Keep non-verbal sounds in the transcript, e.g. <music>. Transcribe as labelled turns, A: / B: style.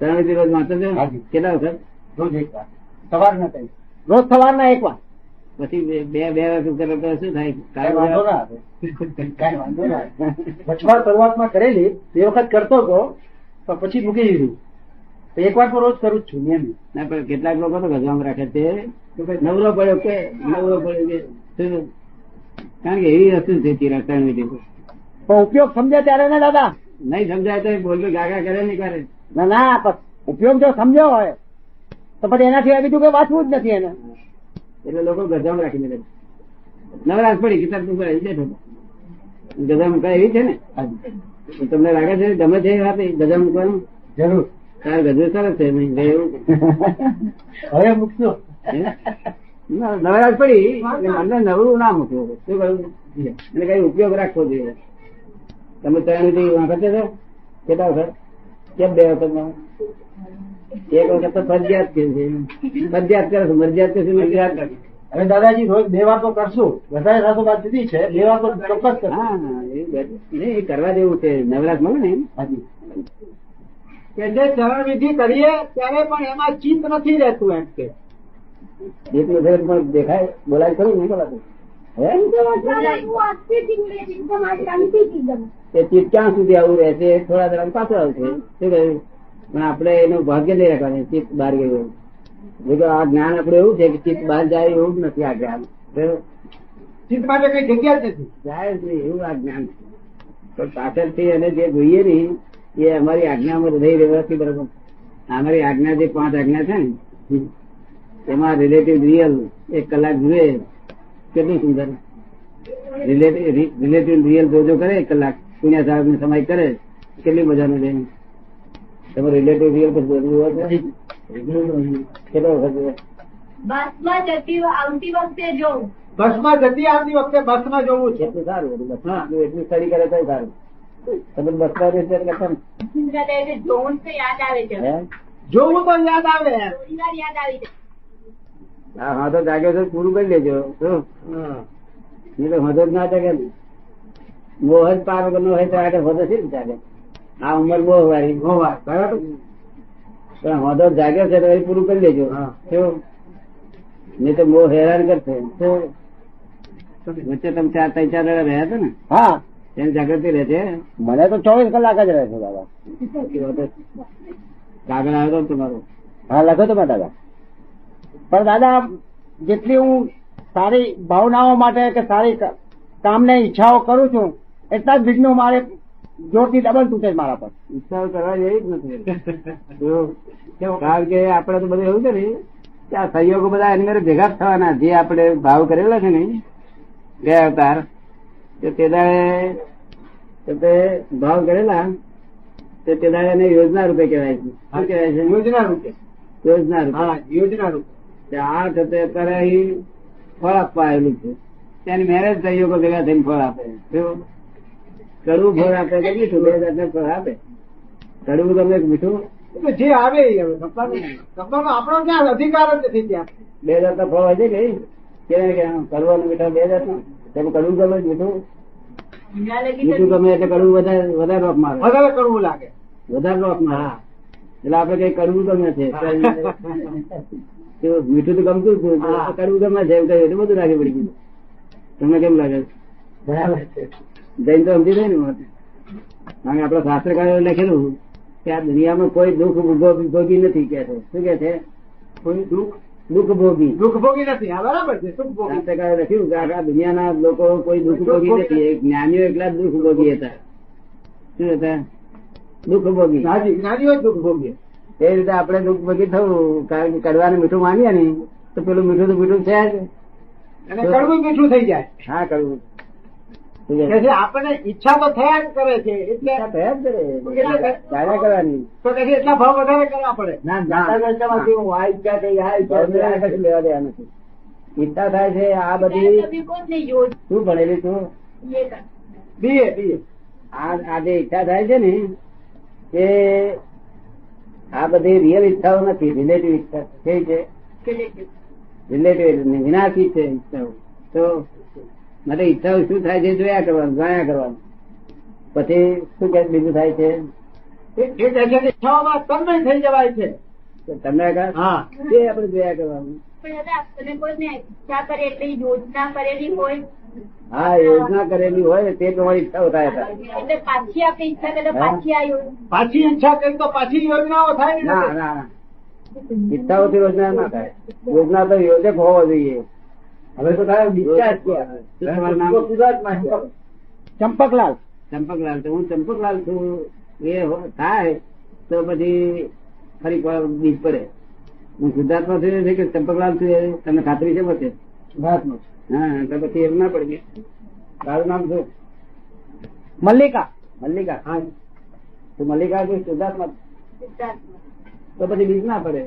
A: ત્રણ વિધિ રોજ વાંચો છો
B: હાજી.
A: કેટલા વખત
B: રોજ એક વાર સવારના time.
C: રોજ સવારના એક વાર
A: પછી બે- બે બે વખત કરો તો શું થાય
B: કાંઈ
A: કાળો
B: વાંધો ના
A: દાડો-
B: આવે કાંઈ વાંધો ના આવે
C: વચમાં શરૂઆતમાં કરેલી તે વખત કરતો હતો પણ પછી મૂકી દીધું તો એક વાર તો રોજ કરું જ છું નિયમિત
A: ના પણ કેટલાક લોકો તો ગજવામાં રાખે છે નવરો પડ્યો કે નવરો પડ્યો કે શું? કારણ કે એવી વસ્તુ છે ચિરાગ ત્રણ વિધિ
C: પણ ઉપયોગ સમજે ત્યારે ને દાદા
A: નહીં સમજાય તો બોલતું ગાગા કરે નહીં કરે
C: ના ના પણ ઉપયોગ જો સમજ્યો હોય તો પછી એના સિવાય બીજું કઈ વાંચવું જ નથી એને
A: એટલે લોકો ગજામ રાખી દે નવરાશ પડી કિતાબ તું કરી બેઠો ગજા મૂકવા એવી છે ને
B: હાજી.
A: તમને લાગે છે ગમે છે એ વાત એ ગજા મૂકવાનું
B: જરૂર
A: તારે ગજુ સરસ છે નહીં ભાઈ એવું
B: હવે મૂકશો
A: હે? ન- નવરાશ પડી એટલે મને નવરું ના મૂકવું શું કહ્યું એટલે કઈ ઉપયોગ રાખવો જોઈએ તમે ત્રણ સુધી વખતે છો કેટલા વખત કેમ બે વખત માં? એક વખત તો ફરજિયાત કે છે ફરજિયાત કરે છે મરજિયાત કે છે મરજિયાત કરે છે.
B: હવે દાદાજી રોજ બે વાર તો કરશું વધારે રાતો બાદ જુદી છે બે વાર તો ચોક્કસ કરશું
A: હા હા, એ બધું. નહીં, એ કરવા જેવું છે નવરાત મળે ને એમ.
B: હાજી.
C: એટલે ચરણ વિધિ કરીએ ત્યારે પણ એમાં ચિત્ત નથી રહેતું એમ કે
A: જેટલું ફેર પણ દેખાય બોલાય ખરું નહીં બોલાતું હે એ ચીજ ક્યાં સુધી આવું રહે છે થોડા દડા પાછું આવશે શું કહ્યું પણ આપણે એનું ભાગ્ય નહીં રાખવાનું ચિત્ત બહાર ગયું એવું. જો કે આ જ્ઞાન આપણે એવું છે કે ચિત્ત બહાર જાય એવું જ નથી આ જ્ઞાન બરાબર?
C: ચિત્ત માટે કઈ જગ્યા જ નથી
A: જાય જ નહીં એવું આ જ્ઞાન છે પણ પાછળથી એને જે જોઈએ નહીં એ અમારી આજ્ઞામાં રહી રહેવાથી બરાબર અમારી આજ્ઞા જે પાંચ આજ્ઞા છે ને એમાં રિલેટિવ રિયલ એક કલાક જુએ કેટલું સુંદર રિલેટિવ રિયલ જોજો કરે એક કલાક પુણ્યા સાહેબ ને સમય કરે કેટલી મજાનું છે તમે રિલેટિવ રિયલ પર જોયું હોય કેટલો વખત જોયો?
D: બસમાં જતી આવતી વખતે જોઉં
C: બસમાં જતી આવતી વખતે બસમાં જોવું છે
A: એટલું સારું બધું બસમાં જો એટલું સ્ટડી કરે તો સારું તમે બસમાં રહેશે એટલે કેમ?
D: ત્યારે એને જોઉં તો યાદ આવે છે
A: હે?
C: જોવું તો યાદ આવે
D: થોડી વાર યાદ આવી જાય
A: આ હાથો જાગ્યો છે પૂરું કરી લેજો શું? નહીં તો હાથો જ ના જાગે ને. મોહ જ પાર વગરનો હોય તો આગળ હોદો શી રીતે જાગે? આ ઉંમર બહુ વારી
C: બરાબર
A: પણ હોદો જાગ્યો છે તો એ પૂરું કરી લેજો
C: હા.
A: શું? નહીં તો મોહ હેરાન કરશે શું? વચ્ચે તમે ચાર ત્રણ ચાર દાડા રહ્યા હતા ને
C: હા
A: એની જાગૃતિ રહે છે
C: મને તો ચોવીસ કલાક જ રહે છે દાદા
A: કાગળ આવ્યો હતો તમારો
C: હા લખો તો મેં દાદા પણ દાદા જેટલી હું સારી ભાવનાઓ માટે કે સારી ક- કામને ઈચ્છાઓ કરું છું એટલા જ વિઘ્નો મારે જોરથી ડબલ તૂટે છે મારા પર
A: ઈચ્છાઓ કરવા જેવી જ નથી
C: <laughs>
A: જો, કારણ કે આપણે તો બધું એવું છે ને કે આ સહયોગો બધા એની અંદર ભેગા જ થવાના જે આપણે ભાવ કરેલા છે ને બે અવતાર તો તે દાડે તો તે ભાવ કરેલા તો તે દાડે એને યોજના રૂપે કહેવાય છે શું કહેવાય છે
C: યોજના રૂપે
A: યોજના રૂપે
C: હા યોજના રૂપે
A: તે આ થતે અત્યારે અહીં ફળ આપવા આવેલું છે ત્યાંની મેરેજ સહયોગો ભેગા થઈને ફળ આપે શું? કડવું ફળ આપે કે મીઠું બે જાતના ફળ આપે કડવું તમને મીઠું
C: એટલે જે આવે એ હવે કપડાનો- કપડાનો આપણો ક્યાં અધિકાર જ નથી ત્યાં
A: બે જાતના ફળ હોય છે કે કેવાય કે આમ કડવા અને મીઠા બે જાતના તમે કડવું ગમે મીઠું
D: ઊંધા લગી
A: મીઠું ગમે એટલે કડવું વધારે વધારે રોપ મારે
C: વધારે કરવું લાગે
A: વધારે રોપ મારે એટલે આપડે કઈ કડવું ગમે છે તો મીઠું તો ગમતું જ હતું,
C: હા.
A: કડવું ગમે છે એવું કહ્યું એટલે બધું રાખી પડી ગયું તમને કેમ લાગે છે
B: બરાબર છે
A: જૈન તો સમજી જાય ને વાત કારણ કે આપણા શાસ્ત્રકારો લખેલું કે આ દુનિયામાં કોઈ દુઃખ ભોગ- ભોગી નથી કે છે શું કે છે
C: કોઈ દુઃખ
A: દુઃખ ભોગી
C: દુઃખ ભોગી નથી હા બરાબર છે સુખ ભોગી
A: શાસ્ત્રકારો લખ્યું કે આખા દુનિયાના લોકો કોઈ દુઃખ ભોગી નથી એ જ્ઞાનીઓ એકલા જ દુઃખ ભોગી હતા શું હતા દુઃખ ભોગી
C: જ્ઞાની જ્ઞાનીઓ જ દુઃખ ભોગી
A: એ રીતે આપણે દુઃખ ભોગી થવું કારણ કે કડવાને મીઠું માનીએ ને તો પેલું મીઠું તો મીઠું છે જ
C: અને કડવું મીઠું થઈ જાય
A: હા કડવું શું કે
C: કે
A: છે?
C: જે આપણને ઈચ્છા તો થયા જ કરે છે એટલે
A: આ થયા જ કરે. ચાલ્યા કરવાની
C: તો કદી એટલા ભાવ વધારે કરવા પડે
A: ના જાતા જતામાંથી હું આ ઈચ્છા થઈ, આ ઈચ્છા થઈ, આ કશું લેવા દેવા નથી. ઈચ્છા થાય છે આ બધી
D: તમે કોણ ને યોજ
A: શું ભણેલી તું
D: એ કર.
C: બીએ બીએ
A: આ આ જે ઈચ્છા થાય છે ને એ આ બધી રિયલ ઈચ્છાઓ નથી રિલેટિવ ઈચ્છા છે. કેવી છે રિલેટિવ એટલે વિનાશી છે ઈચ્છાઓ તો માટે ઈચ્છાઓ શું થાય છે જોયા કરવાનું જાણ્યા કરવાનું પછી શું કે બીજું થાય છે
C: એ એ કહે છે કે ઈચ્છાઓમાં તન્મય થઈ જવાય છે
A: તો તમને આગળ
C: હા
A: તે આપણે જોયા કરવાનું
D: પણ દાદા તમે કોઈને ઈચ્છા કરે એટલે ઈ યોજના કરેલી હોય
A: હા યોજના કરેલી હોય તે તમારી ઈચ્છાઓ થાય હતા
D: એટલે પાછી આપણે ઈચ્છા કરે
A: હા.
D: પાછી આ યોજના
C: પાછી ઈચ્છા કરી તો પાછી યોજનાઓ થાય ને
A: ના ના ના ઈચ્છાઓથી યોજના ના થાય યોજના તો યોજક હોવો જોઈએ
C: હવે તો સાહેબ ડિસ્ચાર્જ
A: શું તમારું નામ?
C: નામ ગુજરાતમાં છે.
E: ચંપકલાલ
A: ચંપકલાલ તો હું ચંપકલાલ છું એ હો- થાય તો પછી ફરી વાર બીજ પડે હું સિદ્ધાર્થમાં થયું છે કે ચંપકલાલ છું એ તમને ખાતરી છે પછી
C: ગુજરાતમાં છે.
A: હા તો પછી એમ ના પડી તારું નામ શું
E: મલ્લિકા
A: મલ્લિકા
C: હા
A: તું મલ્લિકા છું સિદ્ધાર્થમાં
D: સિદ્ધાર્થમાં.
A: તો પછી બીજ ના પડે